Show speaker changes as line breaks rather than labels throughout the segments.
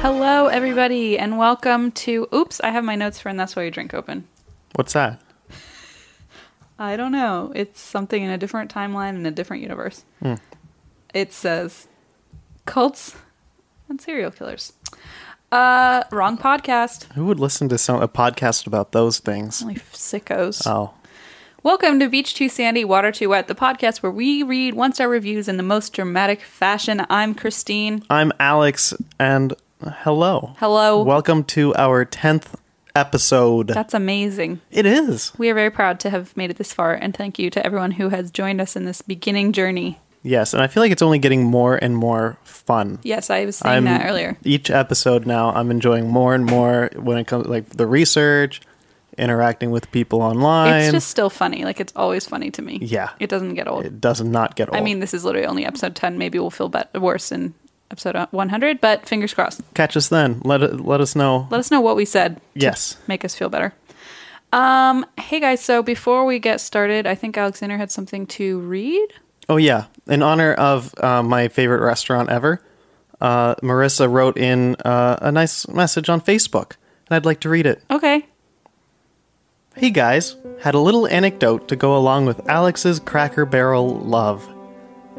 Hello, everybody, and welcome to. Oops, I have my notes for, and that's why you drink open.
What's that?
I don't know. It's something in a different timeline in a different universe. It says cults and serial killers. Uh, wrong podcast.
Who would listen to some, a podcast about those things?
Only sickos.
Oh,
Welcome to Beach Too Sandy, Water Too Wet, the podcast where we read one star reviews in the most dramatic fashion. I'm Christine.
I'm Alex, and hello.
Hello.
Welcome to our tenth episode.
That's amazing.
it is.
We are very proud to have made it this far, and thank you to everyone who has joined us in this beginning journey.
Yes, and I feel like it's only getting more and more fun.
Yes, I was saying that earlier.
Each episode now, I'm enjoying more and more when it comes like the research, interacting with people online.
It's just still funny. Like it's always funny to me.
Yeah.
It doesn't get old.
it does not get old.
I mean, this is literally only episode 10. Maybe we'll feel bet- worse in episode 100, but fingers crossed.
catch us then. Let let us know.
Let us know what we said.
yes.
Make us feel better. Um, hey guys, so before we get started, I think Alexander had something to read.
Oh yeah, in honor of uh, my favorite restaurant ever, uh, Marissa wrote in uh, a nice message on Facebook, and I'd like to read it.
Okay.
Hey guys, had a little anecdote to go along with Alex's Cracker Barrel love.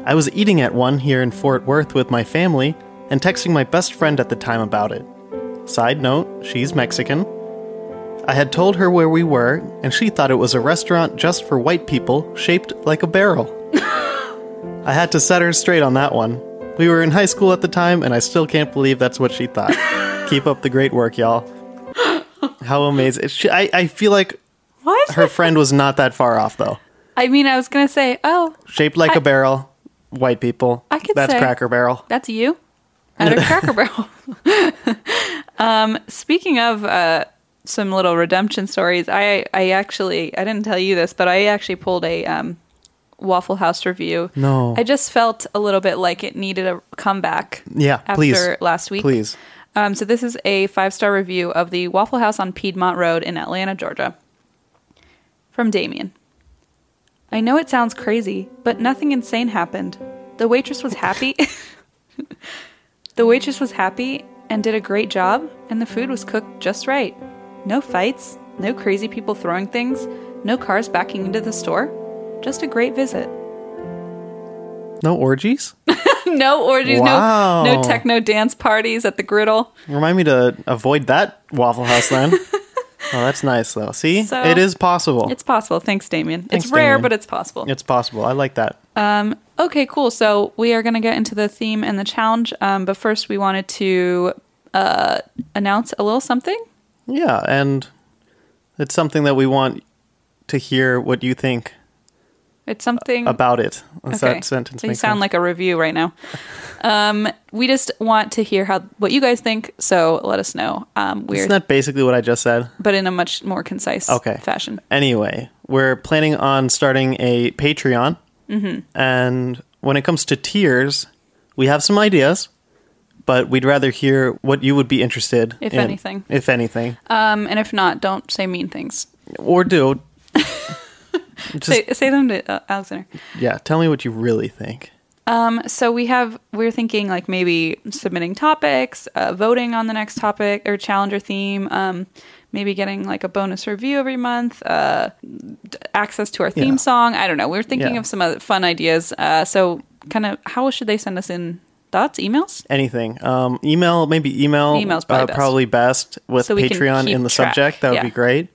I was eating at one here in Fort Worth with my family and texting my best friend at the time about it. Side note, she's Mexican. I had told her where we were, and she thought it was a restaurant just for white people shaped like a barrel. I had to set her straight on that one. We were in high school at the time, and I still can't believe that's what she thought. Keep up the great work, y'all. How amazing. She, I, I feel like
What?
her friend was not that far off though.
I mean, I was going to say, oh,
Shaped like a
I-
barrel, white people.
I could
That's
say-
Cracker Barrel.
That's you at a Cracker Barrel. um, speaking of uh, some little redemption stories, I I actually I didn't tell you this, but I actually pulled a um, Waffle House review.
No.
I just felt a little bit like it needed a comeback.
Yeah,
after
please.
last week,
Please.
Um, so this is a five star review of the Waffle House on Piedmont Road in Atlanta, Georgia, from Damien. I know it sounds crazy, but nothing insane happened. The waitress was happy. the waitress was happy and did a great job, and the food was cooked just right. No fights, no crazy people throwing things, no cars backing into the store. Just a great visit.
No orgies?
no orgies,
Wow.
no no techno dance parties at the griddle.
Remind me to avoid that Waffle House then. oh, that's nice though. See?
So-
it is possible. It's,
It's possible. Thanks, Damien.
Thanks,
it's rare,
Damien.
but it's possible.
possible. I like that.
Okay, cool. So we are going to get into the theme and the challenge. Um, but first, we wanted to uh, announce a little something.
Yeah, and it's something that we want to hear what you think
It's something
about it. Does that
Mm-hmm.
sentence
so you
make
sound
sense?
like a review right now. Um, we just want to hear how what you guys think. So let us know. Um, we're
Isn't that basically what I just said?
but in a much more concise
okay.
fashion.
Anyway, we're planning on starting a Patreon.
Mm-hmm.
And when it comes to tiers, we have some ideas, but we'd rather hear what you would be interested
If
in,
anything.
If anything.
Um, and if not, don't say mean things.
or do. just,
say, say them to uh, Alexander.
yeah, tell me what you really think.
so we have we're thinking like maybe submitting topics uh, voting on the next topic or challenger theme um, maybe getting like a bonus review every month, uh, d- access to our theme song. I don't know. We are thinking
Yeah.
of some other fun ideas. Uh, so, kind of, how should they send us in thoughts, emails?
Anything. Um, email, maybe email.
Email's probably best.
probably best with
So we can
Patreon
keep
in the
track.
subject. That would
Yeah.
be great.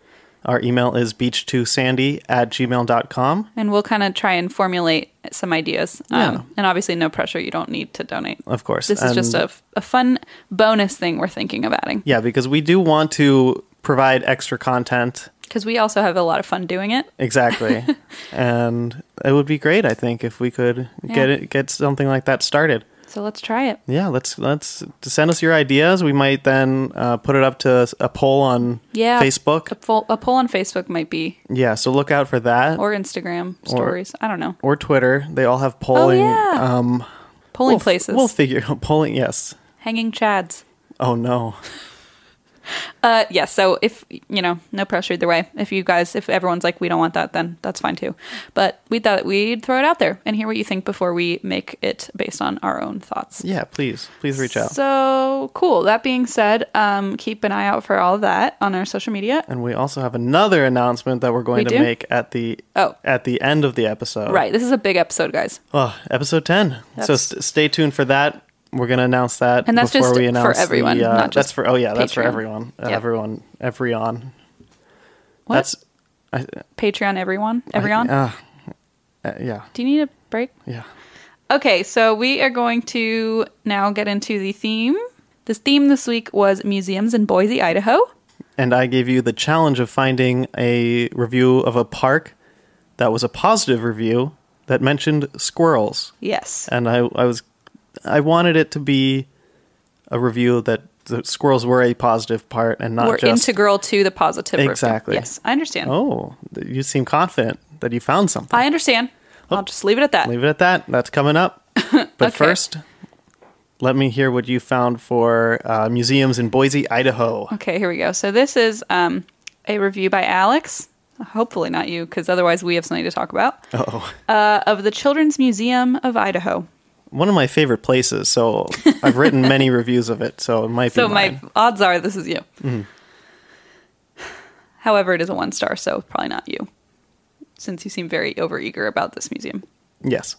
Our email is beach2sandy at gmail.com.
And we'll kind of try and formulate some ideas. Um,
Yeah.
And obviously, no pressure. You don't need to donate.
Of course.
This is just
And-
a, a fun bonus thing we're thinking of adding
Yeah, because we do want to provide extra content.
because we also have a lot of fun doing it.
Exactly. and it would be great, I think, if we could get
Yeah.
it, get something like that started.
So, let's try it.
Yeah, let's let's send us your ideas. We might then uh, put it up to a poll on
Yeah.
Facebook.
A, poll, a poll on Facebook might be,
Yeah, so look out for that or,
or Instagram stories. I don't know.
Twitter. They all have polling.
Oh, yeah.
um,
Polling
we'll f-
places.
We'll figure polling. Yes.
Hanging chads.
Oh no.
Uh, yes. so if you know, no pressure either way. If you guys, if everyone's like, we don't want that, then that's fine too. But we thought we'd throw it out there and hear what you think before we make it based on our own thoughts.
Yeah, please, please reach out.
So cool. That being said, um, keep an eye out for all of that on our social media.
and we also have another announcement that we're
We
going to
do?
make at the
Oh.
at the end of the episode.
Right. This is a big episode, guys,
Oh, episode 10. so
That's-
st- stay tuned for that. We're going to announce that
And that's
before
just
we
for
announce
everyone,
the, uh,
not just
that's for oh yeah, that's for
Patreon.
everyone. Uh,
Yep.
Everyone, everyone.
What?
That's I,
Patreon. Everyone, everyone.
uh, uh, yeah.
Do you need a break?
Yeah.
Okay, so we are going to now get into the theme. This theme this week was museums in Boise, Idaho.
And I gave you the challenge of finding a review of a park that was a positive review that mentioned squirrels.
Yes.
And I I was I wanted it to be a review that the squirrels were a positive part and not
We're
just
integral to the positive. review.
Exactly.
Yes, I understand.
Oh, you seem confident that you found something.
I understand. I'll just leave it at that.
Oh. Leave it at that. That's coming up. But
Okay.
first, let me hear what you found for uh, museums in Boise, Idaho.
Okay, here we go. So this is um, a review by Alex. Hopefully not you, because otherwise we have something to talk about.
Oh,
Uh, of the Children's Museum of Idaho.
one of my favorite places. So I've written many reviews of it. So it might be.
So my
mine.
odds are this is you.
Mm-hmm.
However, it is a one star, so probably not you, since you seem very overeager about this museum.
yes,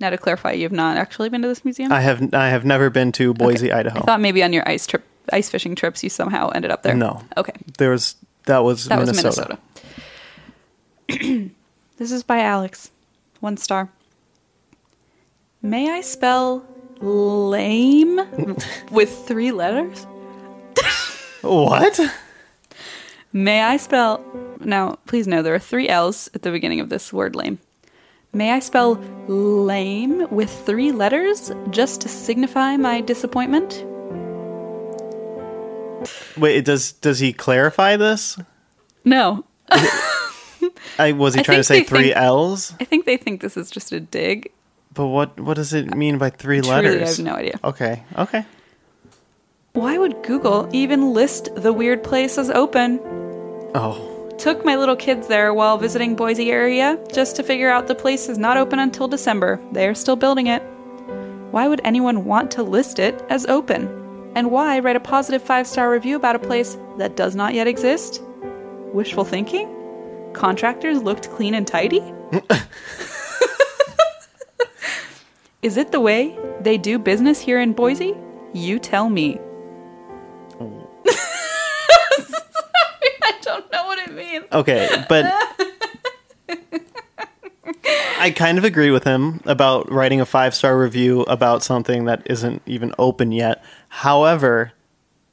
Now to clarify, you have not actually been to this museum.
I have. I have never been to Boise, Idaho.
I thought maybe on your ice trip, ice fishing trips, you somehow ended up there.
No.
Okay.
there was that was
That
Minnesota.
was Minnesota. this is by Alex. One star. May I spell lame with three letters?
What?
May I spell. Now, please know there are three L's at the beginning of this word lame. May I spell lame with three letters just to signify my disappointment?
Wait, does does he clarify this?
No.
I, was he
I
trying
think
to say
they
three
think-
L's?
I think they think this is just a dig.
But what what does it mean by three
Truly,
letters?
I have no idea.
Okay. Okay.
Why would Google even list the weird place as open?
Oh,
Took my little kids there while visiting Boise area just to figure out the place is not open until December. They are still building it. Why would anyone want to list it as open? And why write a positive five star review about a place that does not yet exist? Wishful thinking? Contractors looked clean and tidy? is it the way they do business here in Boise? You tell me. I don't know what it means.
okay. But I kind of agree with him about writing a five star review about something that isn't even open yet. However,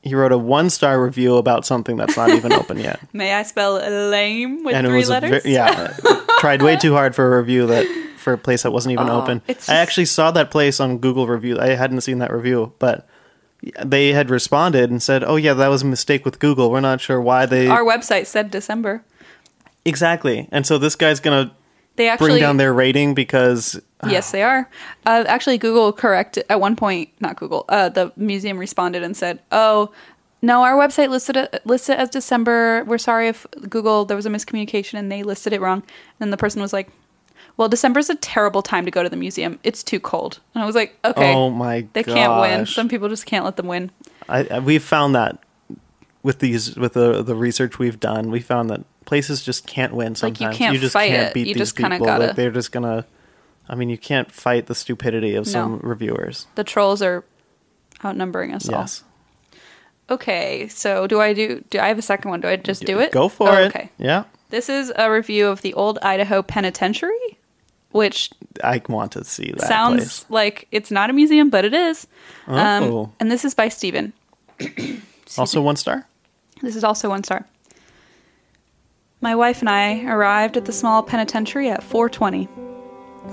he wrote a one star review about something that's not even open yet,
May I spell lame with
and it
three
was a
letters?
ve- yeah tried way too hard for a review that for a place that wasn't even open.
Oh, it's
I
just-
actually saw that place on Google review. I hadn't seen that review, but. They had responded and said, "Oh yeah, that was a mistake with Google. We're not sure why they
Our website said December.
Exactly. And so this guy's going to
They
bring
actually
down their rating because
Yes, they are. Uh, actually, Google correct at one point. Not Google. Uh, the museum responded and said, "Oh, no, our website listed it, listed it as December. We're sorry if Google there was a miscommunication and they listed it wrong." And then the person was like, "Well, December is a terrible time to go to the museum. It's too cold." And I was like, "Okay,
oh my
they can't win.
gosh.
Some people just can't let them win."
I, I, we found that with these with the the research we've done, we found that places just can't win
Like,
sometimes.
you can't
just
fight
can't
it.
beat
You
these
just kinda
people.
gotta-
Like, they're just gonna. I mean, you can't fight the stupidity of some
No.
reviewers.
The trolls are outnumbering us all.
Yes.
Okay, so do I do? Do I have a second one? Do I just do it?
Go for
Oh,
it.
Okay.
Yeah.
This is a review of the old Idaho Penitentiary, which
I want to see that
sounds
place.
like it's not a museum, but it is.
Oh.
Um, and this is by Stephen.
Also one star?
This is also one star. My wife and I arrived at the small penitentiary at 4:20.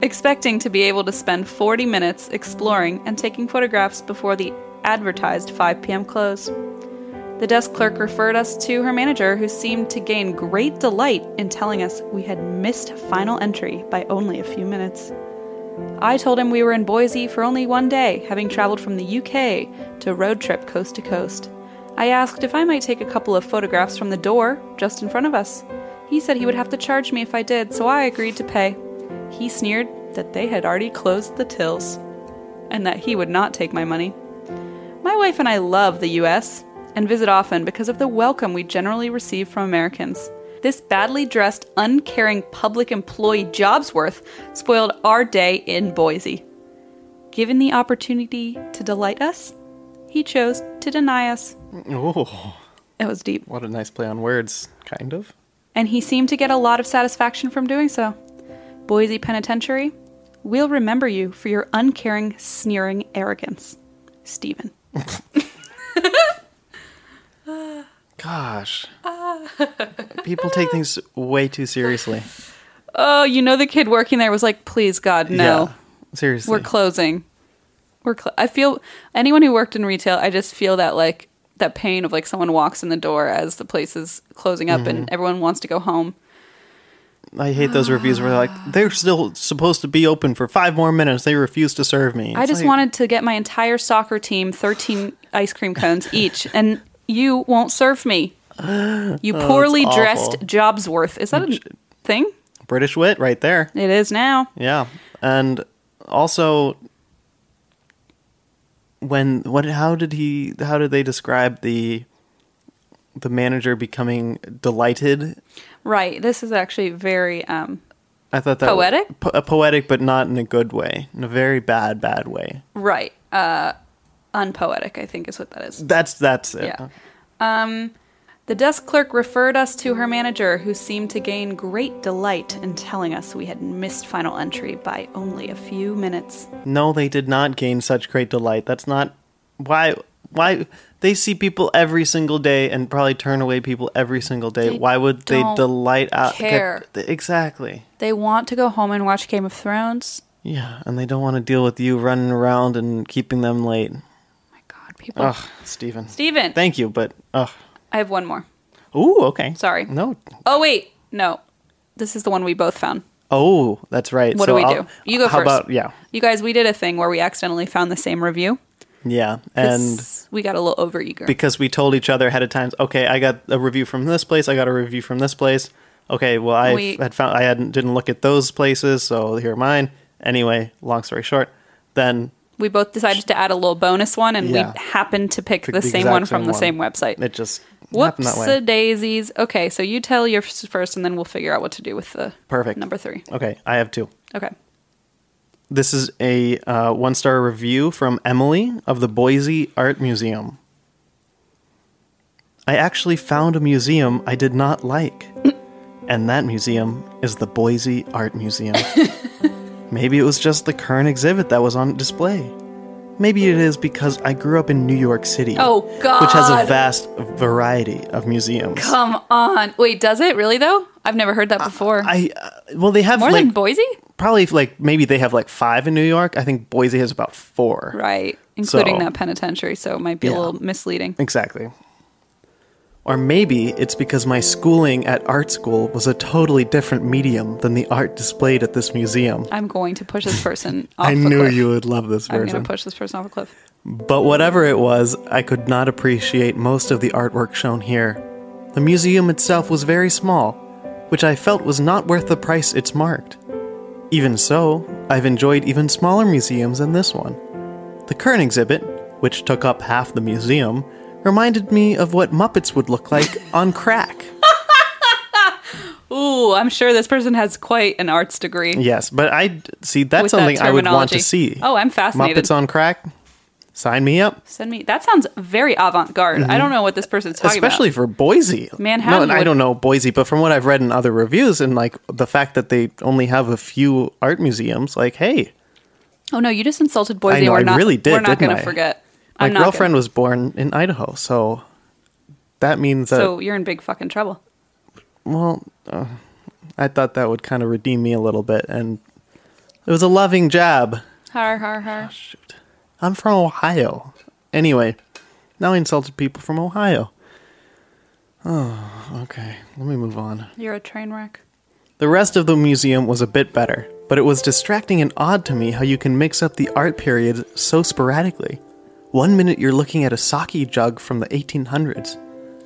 Expecting to be able to spend 40 minutes exploring and taking photographs before the advertised 5 p.m. close. The desk clerk referred us to her manager, who seemed to gain great delight in telling us we had missed final entry by only a few minutes. I told him we were in Boise for only one day, having traveled from the UK to road trip coast to coast. I asked if I might take a couple of photographs from the door just in front of us. He said he would have to charge me if I did, so I agreed to pay. He sneered that they had already closed the tills and that he would not take my money. My wife and I love the US and visit often because of the welcome we generally receive from Americans. This badly dressed, uncaring public employee Jobsworth spoiled our day in Boise. Given the opportunity to delight us, he chose to deny us.
Oh,
That was deep.
what a nice play on words, kind of.
and he seemed to get a lot of satisfaction from doing so. Boise Penitentiary, we'll remember you for your uncaring, sneering arrogance. Stephen.
Gosh.
Ah.
People take things way too seriously.
Oh, you know the kid working there was like, "Please God, no.
Yeah. Seriously.
We're closing." We're cl- I feel anyone who worked in retail, I just feel that like that pain of like someone walks in the door as the place is closing up
Mm-hmm.
and everyone wants to go home.
I hate those reviews where they're like, they're still supposed to be open for five more minutes. They refuse to serve me.
I
It's
just
like,
wanted to get my entire soccer team 13 ice cream cones each, and you won't serve me. You poorly
awful.
dressed Jobsworth. Is that a thing?
British wit right there.
It is now.
Yeah. And also when what how did he how did they describe the the manager becoming delighted?
Right. This is actually very. Um,
I thought that
Poetic?
po- uh, poetic but not in a good way, in a very bad bad way.
right. Uh, unpoetic, I think, is what that is.
That's that's it.
Yeah. Um, The desk clerk referred us to her manager, who seemed to gain great delight in telling us we had missed final entry by only a few minutes.
No, they did not gain such great delight. That's not why why they see people every single day and probably turn away people every single day.
They
why would they
don't
delight out
care.
exactly.
They want to go home and watch Game of Thrones.
Yeah, and they don't want to deal with you running around and keeping them late.
Oh my God, people.
Ugh, Steven.
Steven.
Thank you, but ugh.
I have one more.
Ooh, okay.
Sorry.
No.
Oh wait, no. This is the one we both found.
Oh, that's right.
What
So
do we
I'll-
do? You go
how
first.
About, yeah.
You guys, we did a thing where we accidentally found the same review.
Yeah.
'cause
And
we got a little over eager.
because we told each other ahead of time, okay, I got a review from this place, I got a review from this place. Okay, well I
We-
had found I hadn't didn't look at those places, so here are mine. Anyway, long story short, then
we both decided to add a little bonus one and
Yeah.
we happened to pick
Pick
the
the
same
exact
one from
same
the
one.
same website.
it just happened that
Whoops
way.
a daisies. Okay, so you tell your f- first and then we'll figure out what to do with the
Perfect.
number three.
Okay, I have two.
Okay.
This is a uh, one star review from Emily of the Boise Art Museum. I actually found a museum I did not like, and that museum is the Boise Art Museum. Maybe it was just the current exhibit that was on display. Maybe it is because I grew up in New York City,
Oh,
which has a
God.
vast variety of museums.
Come Um, on. Wait, does it really though? I've never heard that before.
I uh, well, they have
More
like
than Boise?
probably like maybe they have like five in New York. I think Boise has about four.
Right. Including
So-
that penitentiary, so it might be a
Yeah.
little misleading.
Exactly. Or maybe it's because my schooling at art school was a totally different medium than the art displayed at this museum.
I'm going to push this person off
I
a
knew
cliff.
you would love this
I'm
version.
going to push this person off a cliff.
But whatever it was, I could not appreciate most of the artwork shown here. The museum itself was very small, which I felt was not worth the price it's marked. Even so, I've enjoyed even smaller museums than this one. The current exhibit, which took up half the museum, reminded me of what Muppets would look like on crack.
Ooh, I'm sure this person has quite an arts degree.
Yes, but I see that's
with that
something I would want
terminology.
to see.
Oh, I'm fascinated.
Muppets on crack. Sign me up,
Send me. That sounds very avant-garde. I don't know what this person's talking
Mm-hmm. especially
about.
for Boise.
Manhattan
No, and I
would-
don't know Boise, but from what I've read in other reviews and like the fact that they only have a few art museums, like hey,
Oh no, you just insulted Boise.
I know,
we're
I
not,
really did,
We're not
didn't
gonna
I?
forget.
my
I'm not
girlfriend
gonna-
was born in Idaho, so that means that
So you're in big fucking trouble.
well, uh, I thought that would kind of redeem me a little bit, and it was a loving jab.
Har har har.
Shoot. I'm from Ohio. Anyway, now I insulted people from Ohio. Oh, okay. Let me move on.
You're a train wreck.
The rest of the museum was a bit better, but it was distracting and odd to me how you can mix up the art periods so sporadically. One minute you're looking at a sake jug from the 1800s,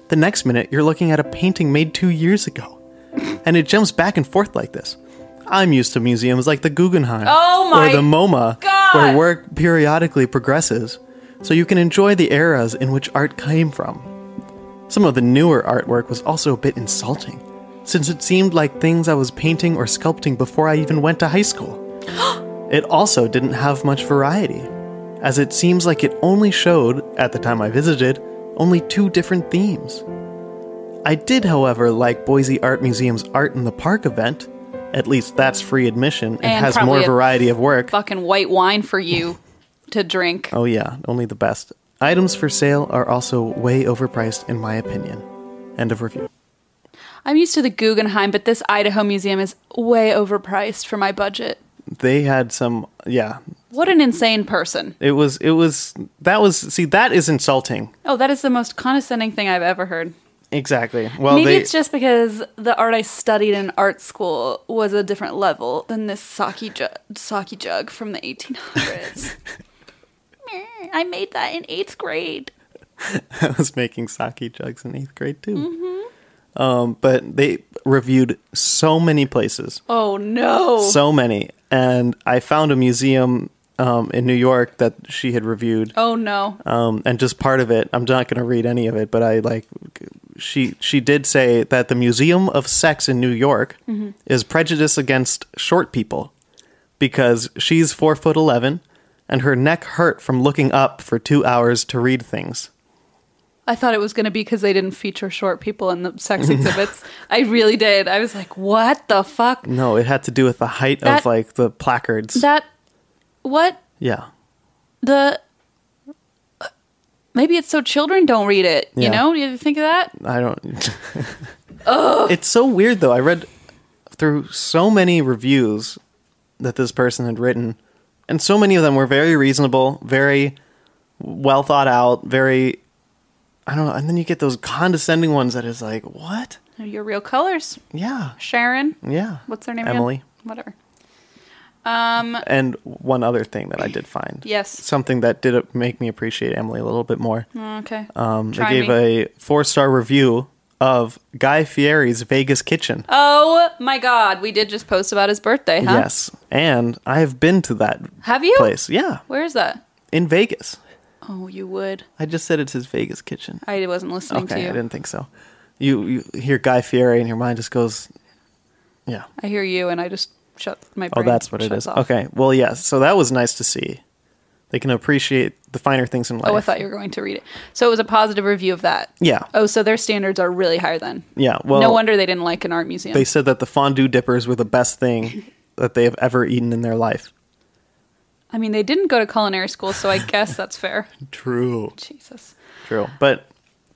the next minute you're looking at a painting made two years ago. And it jumps back and forth like this. I'm used to museums like the Guggenheim
Oh my
or the MoMA,
God!
where work periodically progresses, so you can enjoy the eras in which art came from. Some of the newer artwork was also a bit insulting, since it seemed like things I was painting or sculpting before I even went to high school. it also didn't have much variety, as it seems like it only showed, at the time I visited, only two different themes. I did, however, like Boise Art Museum's Art in the Park event. At least that's free admission. It
And
has more
probably a
variety of work.
Fucking white wine for you to drink.
Oh, yeah, only the best. Items for sale are also way overpriced, in my opinion. End of review.
I'm used to the Guggenheim, but this Idaho museum is way overpriced for my budget.
They had some, yeah.
What an insane person.
It was, it was, that was, see, that is insulting.
Oh, that is the most condescending thing I've ever heard.
Exactly. Well,
Maybe
they,
it's just because the art I studied in art school was a different level than this sake, ju- sake jug from the 1800s. Meh, I made that in eighth grade.
I was making sake jugs in eighth grade too.
Mm-hmm.
Um, but they reviewed so many places,
Oh no.
so many, and I found a museum um, in New York that she had reviewed,
oh no.
um, and just part of it. I'm not going to read any of it, but I like she she did say that the Museum of Sex in New York
Mm-hmm.
is prejudiced against short people because she's four foot eleven. And her neck hurt from looking up for two hours to read things.
I thought it was going to be because they didn't feature short people in the sex exhibits. I really did. I was like, what the fuck?
No, it had to do with the height of
That-
like the placards.
That. What?
yeah.
The. Maybe it's so children don't read it.
Yeah.
You know? You think of that?
I don't It's so weird though. I read through so many reviews that this person had written and so many of them were very reasonable, very well thought out, very I don't know. And then you get those condescending ones that is like, "What?"
Your real colors.
Yeah.
Sharon.
Yeah.
What's their name? again?
Emily.
Whatever. Um.
And one other thing that I did find.
Yes.
Something that did make me appreciate Emily a little bit more.
Okay.
Um, they
Try
gave
me.
a four star review of Guy Fieri's Vegas Kitchen.
Oh my God! We did just post about his birthday, huh?
Yes, and I have been to that
Have you?
place. Yeah,
Where is that?
in Vegas.
Oh, you would.
I just said it's his Vegas Kitchen.
I wasn't listening
okay,
to you.
I didn't think so. You you hear Guy Fieri and your mind just goes, yeah.
I hear you, and I just shut my.
Oh,
Brain
that's what it
shuts
is.
off.
Okay. Well, yes. So that was nice to see. They can appreciate the finer things in life.
Oh, I thought you were going to read it. So it was a positive review of that.
Yeah.
Oh, so their standards are really higher then.
Yeah. Well,
no wonder they didn't like an art museum.
they said that the fondue dippers were the best thing that they have ever eaten in their life.
I mean, they didn't go to culinary school, so I guess that's fair.
True.
Jesus.
True. But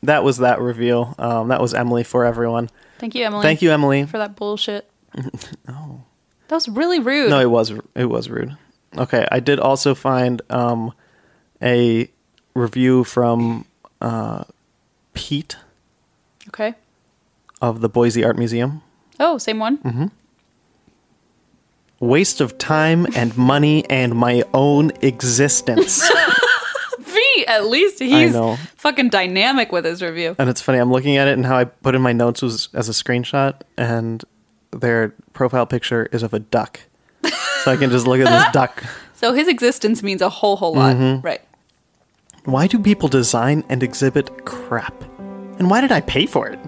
that was that reveal. Um, that was Emily for everyone.
Thank you, Emily.
Thank you, Emily.
for that bullshit. no. That was really rude.
No, it was it was rude. Okay, I did also find um, a review from uh, Pete
okay.
of the Boise Art Museum.
Oh, same one.
Mm-hmm. Waste of time and money and my own existence.
V, at least he's
know.
fucking dynamic with his review.
and it's funny. I'm looking at it, and how I put in my notes was as a screenshot, and their profile picture is of a duck. So I can just look at this duck. Mm-hmm.
So his existence means a whole whole lot, right?
Why do people design and exhibit crap? And why did I pay for it?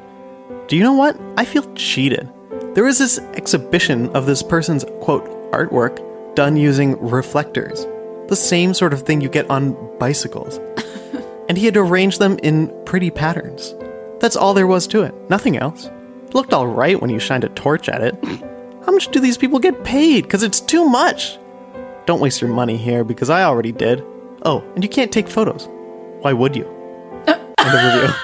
Do you know what? I feel cheated. There was this exhibition of this person's, quote, artwork done using reflectors, the same sort of thing you get on bicycles. and he had arranged them in pretty patterns. That's all there was to it, nothing else. It looked alright when you shined a torch at it. How much do these people get paid? Because it's too much! Don't waste your money here, because I already did. Oh, and you can't take photos. Why would you? End of review.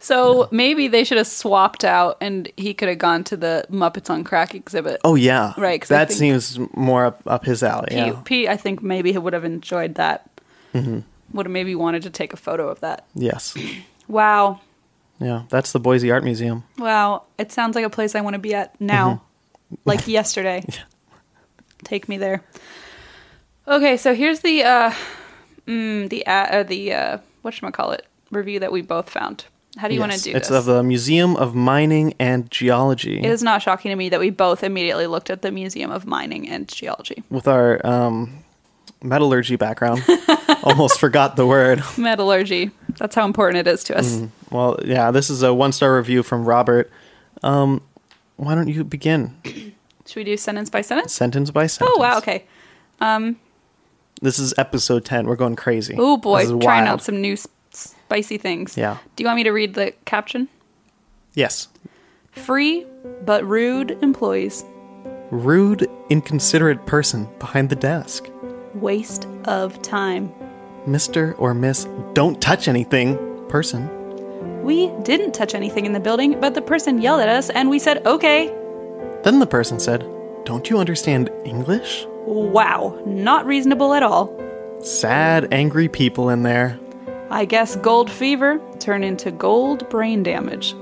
So maybe they should have swapped out and he could have gone to the Muppets on Crack exhibit.
Oh yeah,
Right, 'cause I
That
think-
seems more up, up his alley.
Pete,
yeah, Mm-hmm.
Pete, I think maybe he would have enjoyed that. Would have maybe wanted to take a photo of that.
yes,
Wow.
yeah. That's the Boise Art Museum.
Wow. It sounds like a place I want to be at now,
Mm-hmm.
like yesterday. Take me there. Okay, so here's the uh, mm, the uh, uh, the uh, what should call it review that we both found. How do you want to
Yes,
do
It's
this?
of the Museum of Mining and Geology
it is not shocking to me that we both immediately looked at the Museum of Mining and Geology.
with our um, metallurgy background. Almost forgot the word.
Metallurgy. That's how important it is to
Mm-hmm.
us.
Well, yeah. This is a one-star review from Robert. Um, why don't you begin
Should we do sentence by sentence?
sentence by sentence?
Oh, wow. Okay.
This is episode ten. We're going crazy.
Oh, boy.
This is
Trying
wild.
out some new sp- spicy things.
Yeah.
Do you want me to read the caption?
Yes.
Free but rude employees.
Rude, inconsiderate person behind the desk.
Waste of time.
Mr. or Miss Don't Touch Anything person.
We didn't touch anything in the building, but the person yelled at us and we said, okay.
Then the person said, Don't you understand English?
Wow, not reasonable at all.
Sad, angry people in there.
I guess gold fever turned into gold brain damage.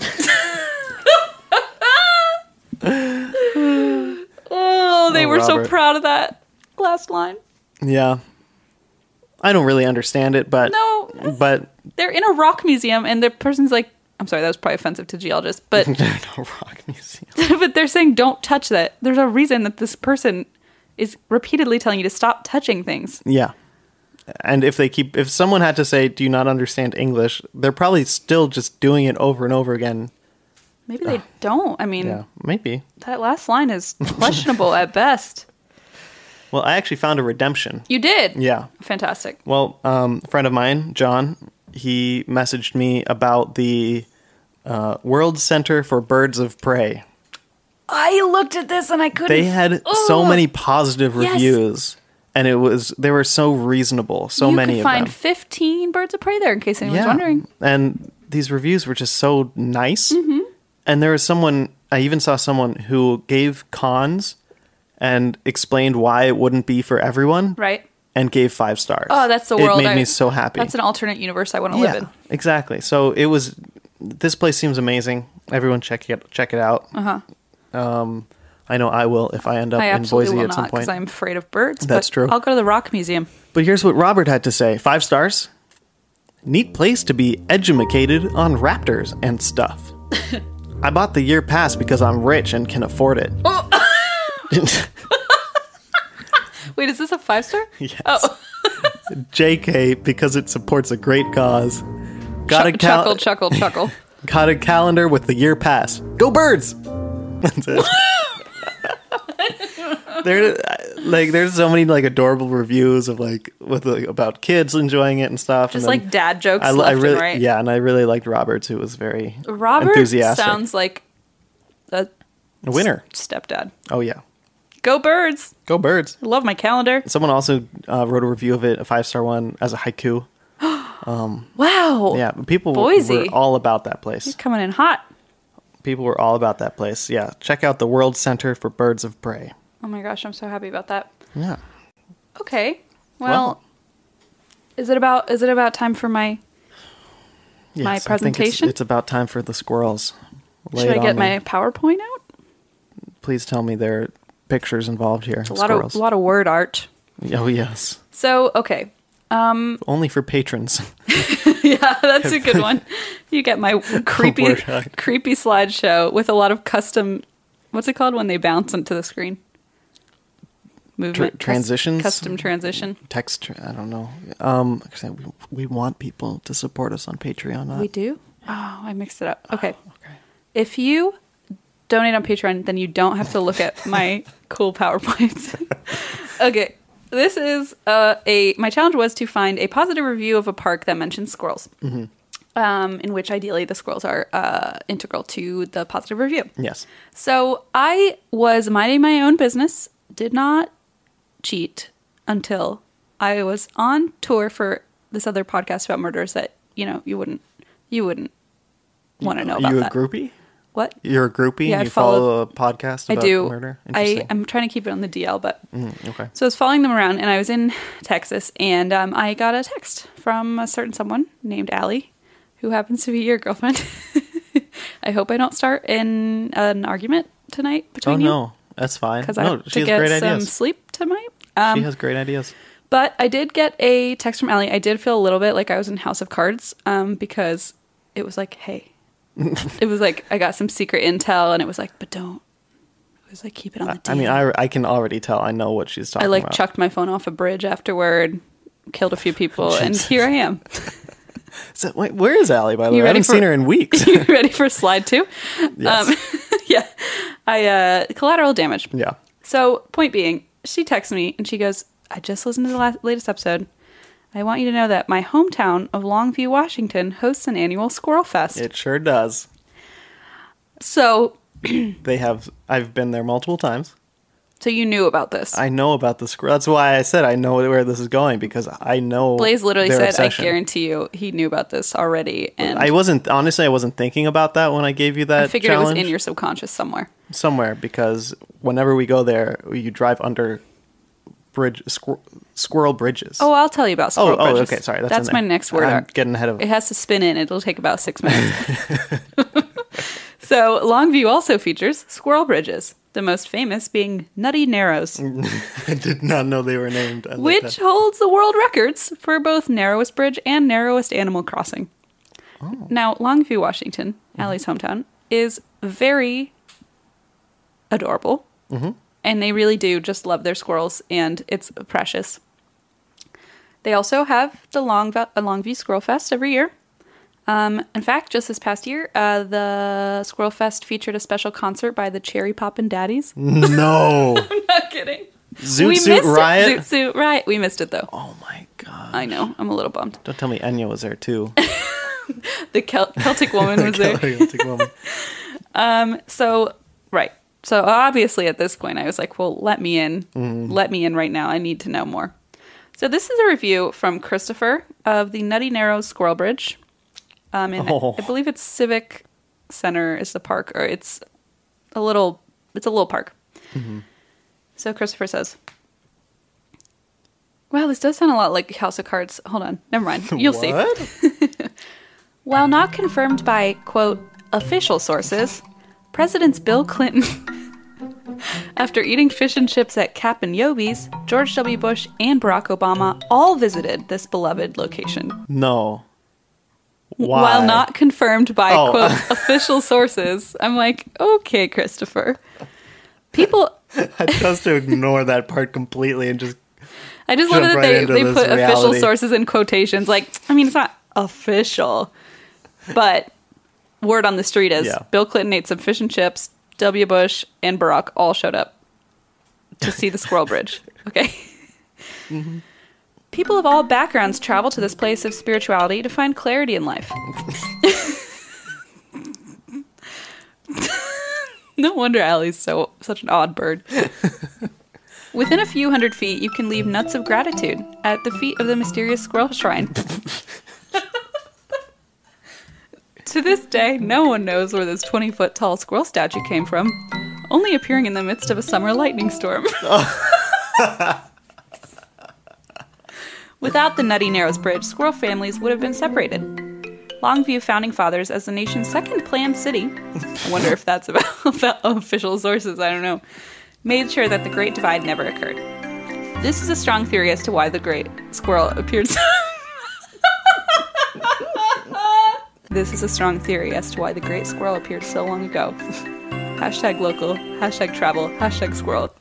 oh, they
Oh,
were so
Robert.
proud of that last line.
Yeah. I don't really understand it, but.
No.
But.
They're in a rock museum and the person's like, I'm sorry, that was probably offensive to geologists, but
no rock museum.
but they're saying don't touch that. There's a reason that this person is repeatedly telling you to stop touching things.
Yeah. And if they keep. If someone had to say, Do you not understand English? They're probably still just doing it over and over again.
Maybe they don't. I mean,
Yeah, maybe.
that last line is questionable at best.
Well, I actually found a redemption.
You did.
Yeah.
Fantastic.
Well, um, a friend of mine, John, he messaged me about the uh, World Center for Birds of Prey.
I looked at this and I couldn't.
They had so
Ugh.
many positive
Oh! Yes.
reviews, and it was they were so reasonable. So
you
many
could
of
find
them.
15 birds of prey there in case anyone's wondering Mm-hmm.
And these reviews were just so nice. And there was someone, I even saw someone who gave cons and explained why it wouldn't be for everyone.
right
And gave five stars.
oh that's the world
It made
I-
me so happy.
that's an alternate universe i want to live in
exactly. So it was. This place seems amazing. Everyone check it check it out. Uh huh. Um, I know I will if I end up
Uh-huh. i
in
absolutely
Boise
will
at some
not because
point.
i'm afraid of birds
That's
but
true.
i'll go to the rock museum
But here's what Robert had to say: five stars. Neat place to be edumacated on raptors and stuff. I bought the year pass because I'm rich and can afford it.
Oh. wait is this a Oh, five star
Yes. JK because it supports a great cause. Got a
chuckle
cal-
chuckle chuckle
Got a calendar with the year pass. Go birds! That's it. there, like, there's so many like adorable reviews of like with like, about kids enjoying it and stuff.
just
and then
like dad jokes
I, li-
left
I really,
and right
yeah, and I really liked Roberts, who was very
robert
enthusiastic.
sounds like a
a winner.
stepdad
Oh yeah,
go birds
go birds!
i love my calendar
Someone also uh, wrote a review of it, a five star one, as a haiku.
wow
Yeah, people were-
Boise.
were all about that place.
coming in hot
People were all about that place. Yeah, check out the World Center for Birds of Prey.
oh my gosh i'm so happy about that
Yeah.
Okay. Well,
Well.
is it about is it about time for my My
I think it's-
presentation?
it's, about time for the squirrels. Lay
should
it
I get
on me.
my PowerPoint out?
Please tell me there are pictures involved here.
A lot of lot of word art.
Oh yes,
So, okay.
only for patrons.
Yeah, that's a good one. You get my creepy
Word art.
creepy slideshow with a lot of custom what's it called when they bounce onto the screen? movement cus-
transitions?
custom transition.
Text, I don't know. Um, 'cause we, we want people to support us on Patreon. Not,
We do? Oh, I mixed it up. Okay.
okay.
If you donate on Patreon, then you don't have to look at my cool PowerPoints. okay. This is uh, a. My challenge was to find a positive review of a park that mentions squirrels, um, in which ideally the squirrels are uh, integral to the positive review.
Yes.
So I was minding my own business, did not cheat until I was on tour for this other podcast about murders that, you know, you wouldn't you wouldn't want to know about
you
that.
a groupie?
What?
You're a groupie
Yeah,
and
I
you follow a podcast
I
about
do.
murder?
I
Interesting. Mm-hmm,
I'm trying to keep it on the DL, but
okay.
so I was following them around, and I was in Texas, and um, I got a text from a certain someone named Allie, who happens to be your girlfriend. I hope I don't start in an argument tonight between
Oh,
you.
no. That's fine.
because I
No,
have to
she has
get
great
some
ideas.
sleep tonight.
she
Um,
has great ideas.
but I did get a text from Allie. I did feel a little bit like I was in House of Cards um, because it was like, hey, it was like I got some secret intel, and it was like, but don't. It was like keep it on the.
I mean,
DL.
I, I can already tell. I know what she's talking
I like
about.
chucked my phone off a bridge afterward, killed a few people, and
Jesus.
here I am.
So, wait, where is Allie, by the
You
way? I
ready
haven't
for-
seen her in weeks.
you ready for slide two?
Yes.
Um, yeah, I uh, collateral damage.
yeah.
So, point being, she texts me and she goes, I just listened to the last, latest episode. I want you to know that my hometown of Longview, Washington hosts an annual Squirrel Fest.
It sure does.
so,
They have. I've been there multiple times.
so you knew about this.
I know about the squirrel. That's why I said I know where this is going because I know.
Blaze literally
their
said,
obsession.
I guarantee you he knew about this already. And
I
I,
wasn't honestly. I wasn't thinking about that when I gave you that
figured
challenge
it was in your subconscious somewhere.
somewhere because whenever we go there, you drive under bridge squir- squirrel bridges.
Oh, I'll tell you about
oh,
squirrel
oh,
bridges.
okay. Sorry, that's,
that's
in there.
my next word.
I'm
art.
getting ahead of
It has to spin in. It'll take about six minutes. so Longview also features squirrel bridges, the most famous being Nutty Narrows.
I did not know they were named. I like
which
that.
holds the world records for both narrowest bridge and narrowest animal crossing.
Oh.
Now, Longview, Washington,
Mm-hmm.
Allie's hometown, is very adorable.
Mm-hmm.
And they really do just love their squirrels, and it's precious. They also have the Long- uh, Longview Squirrel Fest every year. Um, in fact, just this past year, uh, the Squirrel Fest featured a special concert by the Cherry Poppin' Daddies.
no Oh
Not kidding.
Mm. Zoot
we
Suit
missed It.
Riot.
Zoot Suit Riot. We missed it though.
Oh my god!
I know. I'm a little bummed.
Don't tell me Enya was there too.
The Cel- Celtic woman was there.
Celtic woman.
So, right. So, obviously, at this point, I was like, well, let me in. Let me in right now. I need to know more. So, this is a review from Christopher of the Nutty Narrows Squirrel Bridge. Um, and I-
Oh.
I, believe it's Civic Center is the park, or it's a little, it's a little park. So, Christopher says, Wow, this does sound a lot like House of Cards. Hold on. Never mind. You'll see.
What?
While not confirmed by, quote, official sources, Presidents Bill Clinton, after eating fish and chips at Cap and Yogi's, George W. Bush and Barack Obama all visited this beloved location.
No. Why?
While not confirmed by,
Oh.
quote, official sources. I'm like, okay, Christopher. People,
I chose to ignore that part completely and just
I just love
Jump
that
right
they,
into
they
this
put official
reality.
sources in quotations. Like, I mean, it's not official, but word on the street is
Yeah.
Bill Clinton ate some fish and chips. W. Bush and Barack all showed up to see the Squirrel Bridge. Okay. People of all backgrounds travel to this place of spirituality to find clarity in life. no wonder Allie's so such an odd bird. Within a few hundred feet, you can leave nuts of gratitude at the feet of the mysterious squirrel shrine. to this day, no one knows where this 20 foot tall squirrel statue came from, only appearing in the midst of a summer lightning storm. Without the Nutty Narrows Bridge, squirrel families would have been separated. Longview founding fathers as the nation's second planned city. I wonder if that's about, about official sources, I don't know. Made sure that the Great Divide never occurred. This is a strong theory as to why the Great Squirrel appeared. so- this is a strong theory as to why the Great Squirrel appeared so long ago. Hashtag local, hashtag travel, hashtag squirrel.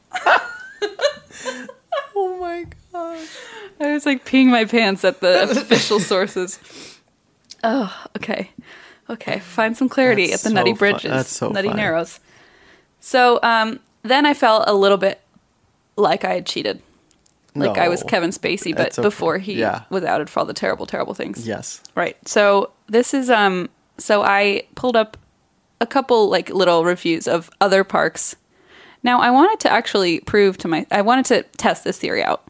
Oh
I was like peeing my pants at the official sources. Oh, okay. Okay. Find some clarity
That's
at the Nutty
so fu-
Bridges,
that's so
Nutty
funny.
Narrows. So um, then I felt a little bit like I had cheated. Like I was
No.
Kevin Spacey, but
That's okay.
before he
Yeah.
was outed for all the terrible, terrible things.
Yes.
Right. So this is um so I pulled up a couple like little reviews of other parks. Now I wanted to actually prove to my I wanted to test this theory out.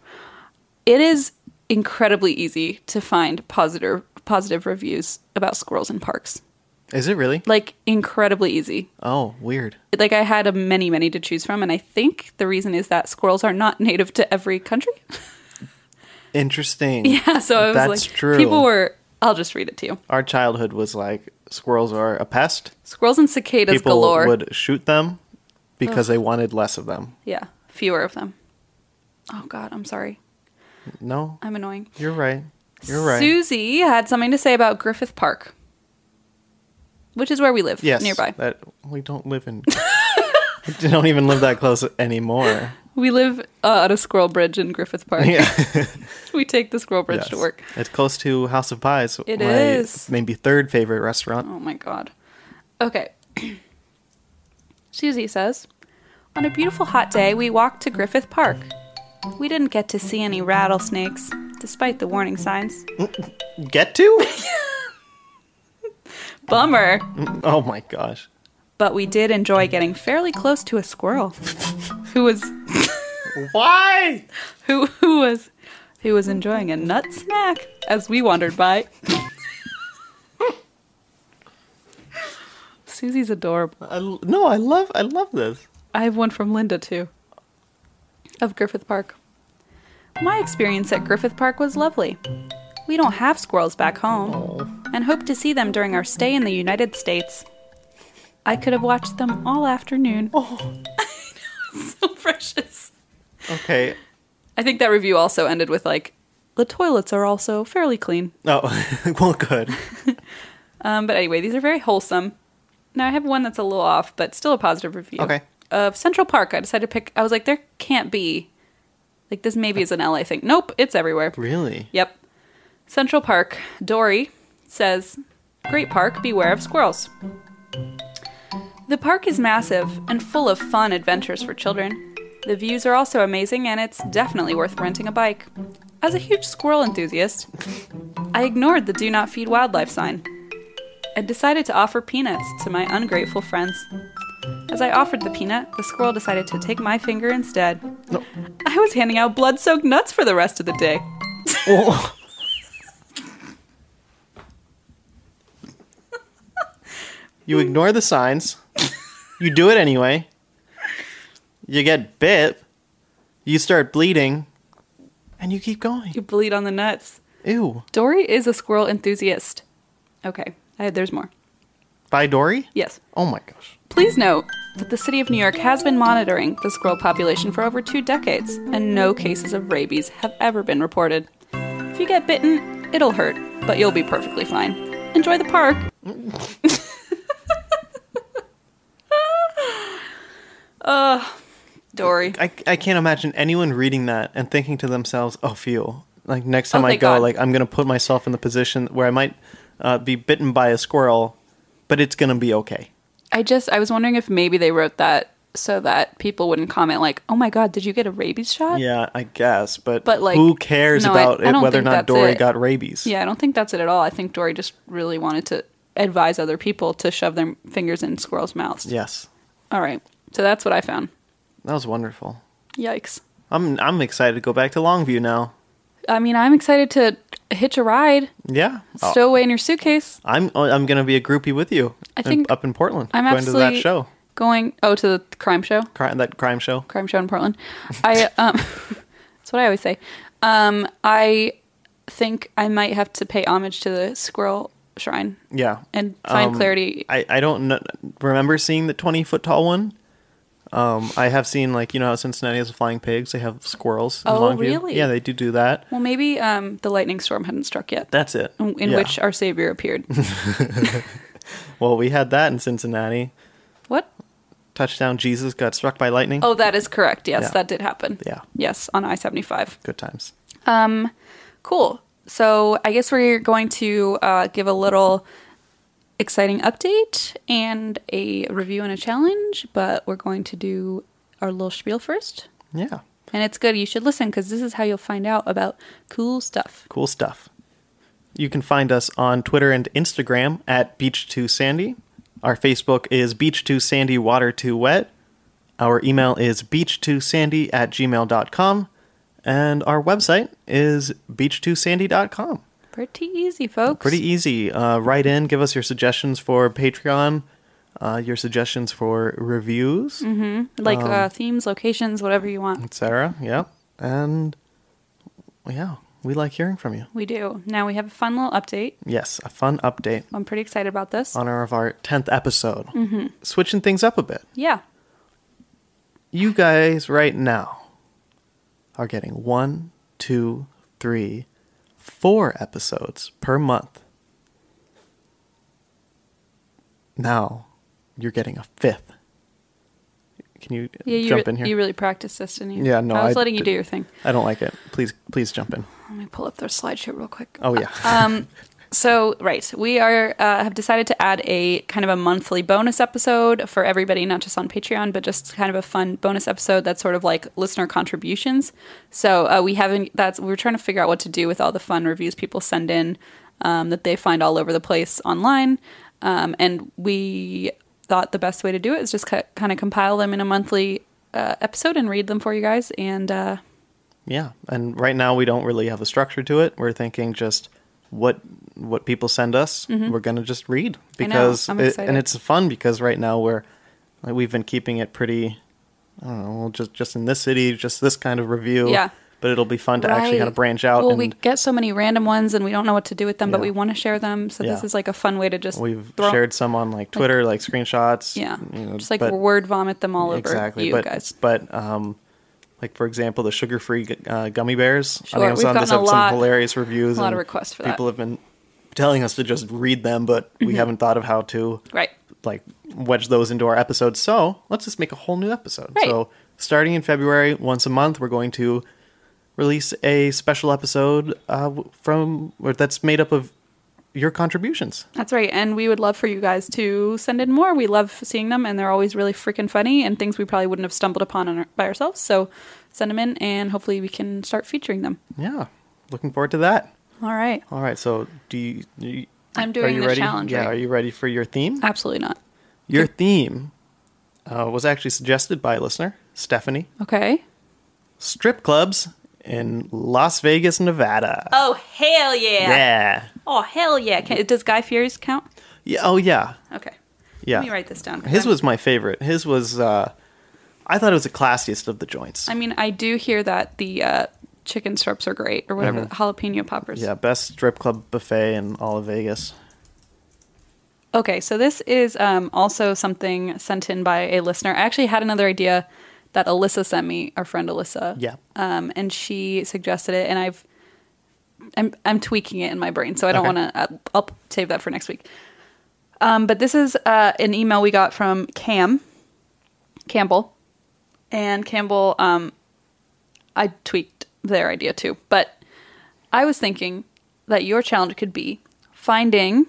It is incredibly easy to find positive positive reviews about squirrels in parks.
Is it really?
Like incredibly easy.
Oh, weird.
Like I had a many many to choose from and I think the reason is that squirrels are not native to every country.
Interesting.
yeah, so I was
That's
like
true.
people were I'll just read it to you.
Our childhood was like squirrels are a pest.
Squirrels and cicadas
People
galore.
would shoot them because they wanted less of them.
Yeah, fewer of them. Oh God, I'm sorry.
No,
I'm annoying.
you're right. You're right.
Susie had something to say about Griffith Park, which is where we live.
yes,
nearby.
That we don't live in. we don't even live that close anymore.
We live uh, at a Squirrel Bridge in Griffith Park.
Yeah.
we take the Squirrel Bridge
Yes.
to work.
It's close to House of Pies.
It
It is
is.
maybe third favorite restaurant.
Oh my God. Okay. Susie says, on a beautiful hot day, we walked to Griffith Park. We didn't get to see any rattlesnakes, despite the warning signs.
Get to?
Bummer.
oh my gosh.
but we did enjoy getting fairly close to a squirrel who was
Why?
who who was who was enjoying a nut snack as we wandered by. Susie's adorable.
I, no, I love I love this.
I have one from Linda too of Griffith Park. My experience at Griffith Park was lovely. We don't have squirrels back home and hope to see them during our stay in the United States. I could have watched them all afternoon.
Oh.
so precious.
Okay.
I think that review also ended with like, the toilets are also fairly clean.
Oh, well, good.
Um, but anyway, these are very wholesome. Now I have one that's a little off, but still a positive review.
Okay.
Of Central Park, I decided to pick. I was like, there can't be, like this maybe is an LA thing. Nope, it's everywhere.
Really?
Yep. Central Park. Dory says, Great park, beware of squirrels. The park is massive and full of fun adventures for children. The views are also amazing, and it's definitely worth renting a bike. As a huge squirrel enthusiast, I ignored the do not feed wildlife sign and decided to offer peanuts to my ungrateful friends. As I offered the peanut, the squirrel decided to take my finger instead. I was handing out blood soaked nuts for the rest of the day.
Oh, you ignore the signs. You do it anyway. You get bit. You start bleeding. And you keep going.
You bleed on the nuts.
Ew.
Dory is a squirrel enthusiast. Okay, I, there's more.
By Dory?
Yes.
Oh my gosh.
Please note that the city of New York has been monitoring the squirrel population for over two decades, and no cases of rabies have ever been reported. If you get bitten, it'll hurt, but you'll be perfectly fine. Enjoy the park. Ugh, Dory.
I, I can't imagine anyone reading that and thinking to themselves, oh, phew. Like next time I
thank
go,
Oh God.
like I'm going to put myself in the position where I might uh, be bitten by a squirrel, but it's going to be okay.
I just I was wondering if maybe they wrote that so that people wouldn't comment like, "Oh my god, did you get a rabies shot?"
Yeah, I guess, but,
But, like,
who cares
no, I-
about
I
it,
don't
whether or
think
not
that's
Dory
it.
got rabies?
Yeah, I don't think that's it at all. I think Dory just really wanted to advise other people to shove their fingers in squirrels' mouths.
Yes,
All right. So that's what I found.
that was wonderful.
Yikes.
I'm I'm excited to go back to Longview now.
I mean, I'm excited to hitch a ride,
Yeah, Oh,
stow away in your suitcase.
I'm oh, I'm gonna be a groupie with you.
I
in-
think
up in Portland.
I'm
going to that
absolutely-
show,
Going oh to the crime show,
Cri- that crime show.
crime show in Portland. I um that's what I always say. Um I think I might have to pay homage to the squirrel shrine
Yeah,
and find
Um,
clarity.
I I don't kn- remember seeing the 20 foot tall one. Um, I have seen like you know how Cincinnati has flying pigs. They have squirrels. In
Oh,
Longview.
really?
Yeah, they do do that.
well, maybe um the lightning storm hadn't struck yet.
That's it.
in
Yeah.
which our savior appeared.
well, we had that in Cincinnati.
what?
touchdown Jesus got struck by lightning?
Oh, that is correct. Yes,
Yeah.
that did happen.
Yeah.
Yes, on I 75.
Good times.
Um, cool. So I guess we're going to uh, give a little exciting update and a review and a challenge, but we're going to do our little spiel first.
Yeah.
And it's good. You should listen because this is how you'll find out about cool stuff.
Cool stuff. You can find us on Twitter and Instagram at Beach2Sandy. Our Facebook is Beach2Sandy Water 2 Wet. Our email is beach2sandy at gmail.com. And our website is beach2sandy.com.
Pretty easy, folks.
Pretty easy. Uh, write in, give us your suggestions for Patreon, uh, your suggestions for reviews,
like
um,
uh, themes, locations, whatever you want.
etc. Yeah. And yeah, we like hearing from you.
We do. Now we have a fun little update.
Yes, a fun update.
I'm pretty excited about this.
honor of our 10th episode, switching things up a bit.
Yeah.
You guys, right now, are getting one, two, three, four episodes per month. Now, you're getting a fifth. Can you
Yeah, you,
jump
re-
in here?
you really practiced this, didn't you?
Yeah, no,
I was
I
letting you
did-
do your thing.
I don't like it. Please, please jump in.
Let me pull up their slideshow real quick.
Oh yeah,
um, so right, we are uh, have decided to add a kind of a monthly bonus episode for everybody, not just on Patreon, but just kind of a fun bonus episode that's sort of like listener contributions. So uh, we haven't. That's we we're trying to figure out what to do with all the fun reviews people send in um, that they find all over the place online, um, and we thought the best way to do it is just ki kind of compile them in a monthly uh, episode and read them for you guys and. Uh,
yeah. And right now, we don't really have a structure to it. We're thinking just what what people send us. We're gonna just read
Mm-hmm. I know,
because
I'm
it,
excited.
and it's fun because right now we're like, we've been keeping it pretty. I don't know, just just in this city, just this kind of review.
Yeah.
But it'll be fun to actually kind of
Right.
branch out.
Well,
and
we get so many random ones, and we don't know what to do with them, but
Yeah.
we want to share them. So this
Yeah.
is like a fun way to just
we've
throw-
shared some on like Twitter, like, screenshots.
yeah,
you know,
just like
but-
word vomit them all over
exactly.
you
but
guys.
but um, like for example, the sugar-free gu- uh, gummy bears
Sure, we've
on Amazon. There's
gotten a
been some
lot-
hilarious reviews.
a lot of
and
requests for that. Mm-hmm.
People have been telling us to just read them, but we haven't thought of how to
Right.
like wedge those into our episodes. So let's just make a whole new episode.
Right.
So starting in February, once a month, we're going to release a special episode uh, w- from or that's made up of your contributions.
That's right. And we would love for you guys to send in more. We love seeing them, and they're always really freaking funny and things we probably wouldn't have stumbled upon on our, by ourselves. So send them in, and hopefully we can start featuring them.
Yeah, looking forward to that.
All right.
All right. So do you? Do you
I'm
are
doing
you
the
ready?
challenge,
Yeah.
right? Uh,
Are you ready for your theme?
Absolutely not.
Your theme uh, was actually suggested by a listener, Stephanie.
Okay.
Strip clubs in Las Vegas, Nevada.
Oh hell yeah!
yeah.
Oh hell yeah! Can, does Guy Fieri's count?
Yeah. Oh yeah.
Okay.
Yeah.
Let me write this down. 'cause
His
I'm-
was my favorite. His was. Uh, I thought it was the classiest of the joints.
I mean, I do hear that the uh, chicken strips are great or whatever, jalapeno poppers.
yeah, best strip club buffet in all of Vegas.
Okay, so this is um, also something sent in by a listener. I actually had another idea that Alyssa sent me, our friend Alyssa.
Yeah.
Um, and she suggested it, and I've I'm I'm tweaking it in my brain, so I don't
Okay.
want to. I'll, I'll save that for next week. Um, but this is uh, an email we got from Cam Campbell, and Campbell. Um, I tweaked their idea too, but I was thinking that your challenge could be finding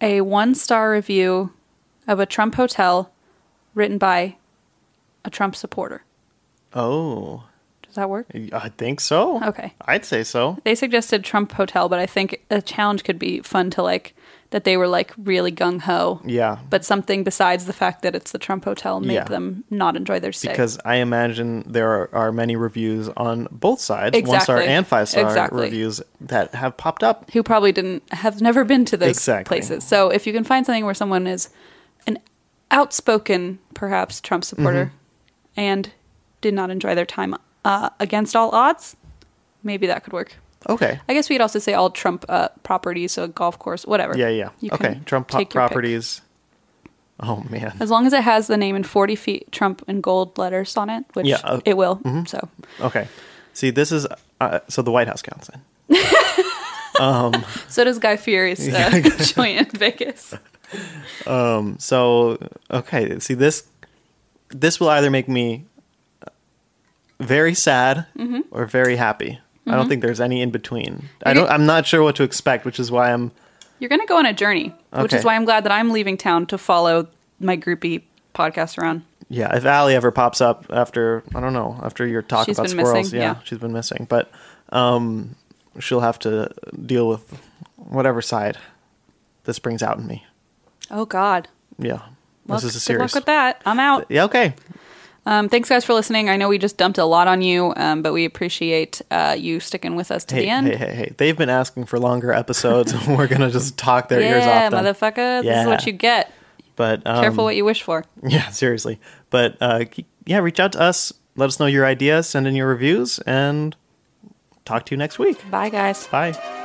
a one-star review of a Trump hotel written by a Trump supporter.
Oh,
Does that work?
I think so.
Okay.
I'd say so.
They suggested Trump Hotel, but I think a challenge could be fun to like that they were like really gung ho.
Yeah.
But something besides the fact that it's the Trump Hotel made
Yeah.
them not enjoy their stay.
because I imagine there are, are many reviews on both sides, one star
Exactly.
and five star
Exactly.
reviews that have popped up.
who probably didn't have never been to those
Exactly.
places. So if you can find something where someone is an outspoken, perhaps Trump supporter,
Mm-hmm.
and did not enjoy their time uh, against all odds, maybe that could work.
Okay.
I guess we could also say all Trump uh, properties, so golf course, whatever.
Yeah, yeah.
You
okay.
can
Trump
take your pick.
properties. Oh man.
As long as it has the name in 40 feet Trump in gold letters on it, which
Yeah, uh,
it will. So,
Okay. See, this is uh, so the White House counts in.
so does Guy Fieri's uh, joint in Vegas.
So okay. See this this will either make me very sad
Mm-hmm.
or very happy. I don't think there's any in between. I don't. I'm not sure what to expect, which is why I'm.
You're going to go on a journey, which is
Okay.
why I'm glad that I'm leaving town to follow my groupie podcast around.
Yeah, if Allie ever pops up after I don't know after your talk
She's
about
been
squirrels,
missing,
yeah,
yeah.
she's been missing, but um, she'll have to deal with whatever side this brings out in me.
Oh, God.
Yeah,
Well,
this is a
good
serious.
luck with that. I'm out.
Yeah, okay.
Um, thanks, guys, for listening. I know we just dumped a lot on you, um, but we appreciate uh, you sticking with us to
Hey,
the end.
hey, hey, hey! They've been asking for longer episodes, and we're gonna just talk their ears
yeah,
off. Them.
motherfucker. This is
Yeah.
what you get.
But um,
Careful what you wish for.
Yeah, seriously. But uh, ke- yeah, reach out to us. Let us know your ideas. Send in your reviews, and talk to you next week.
Bye, guys.
Bye.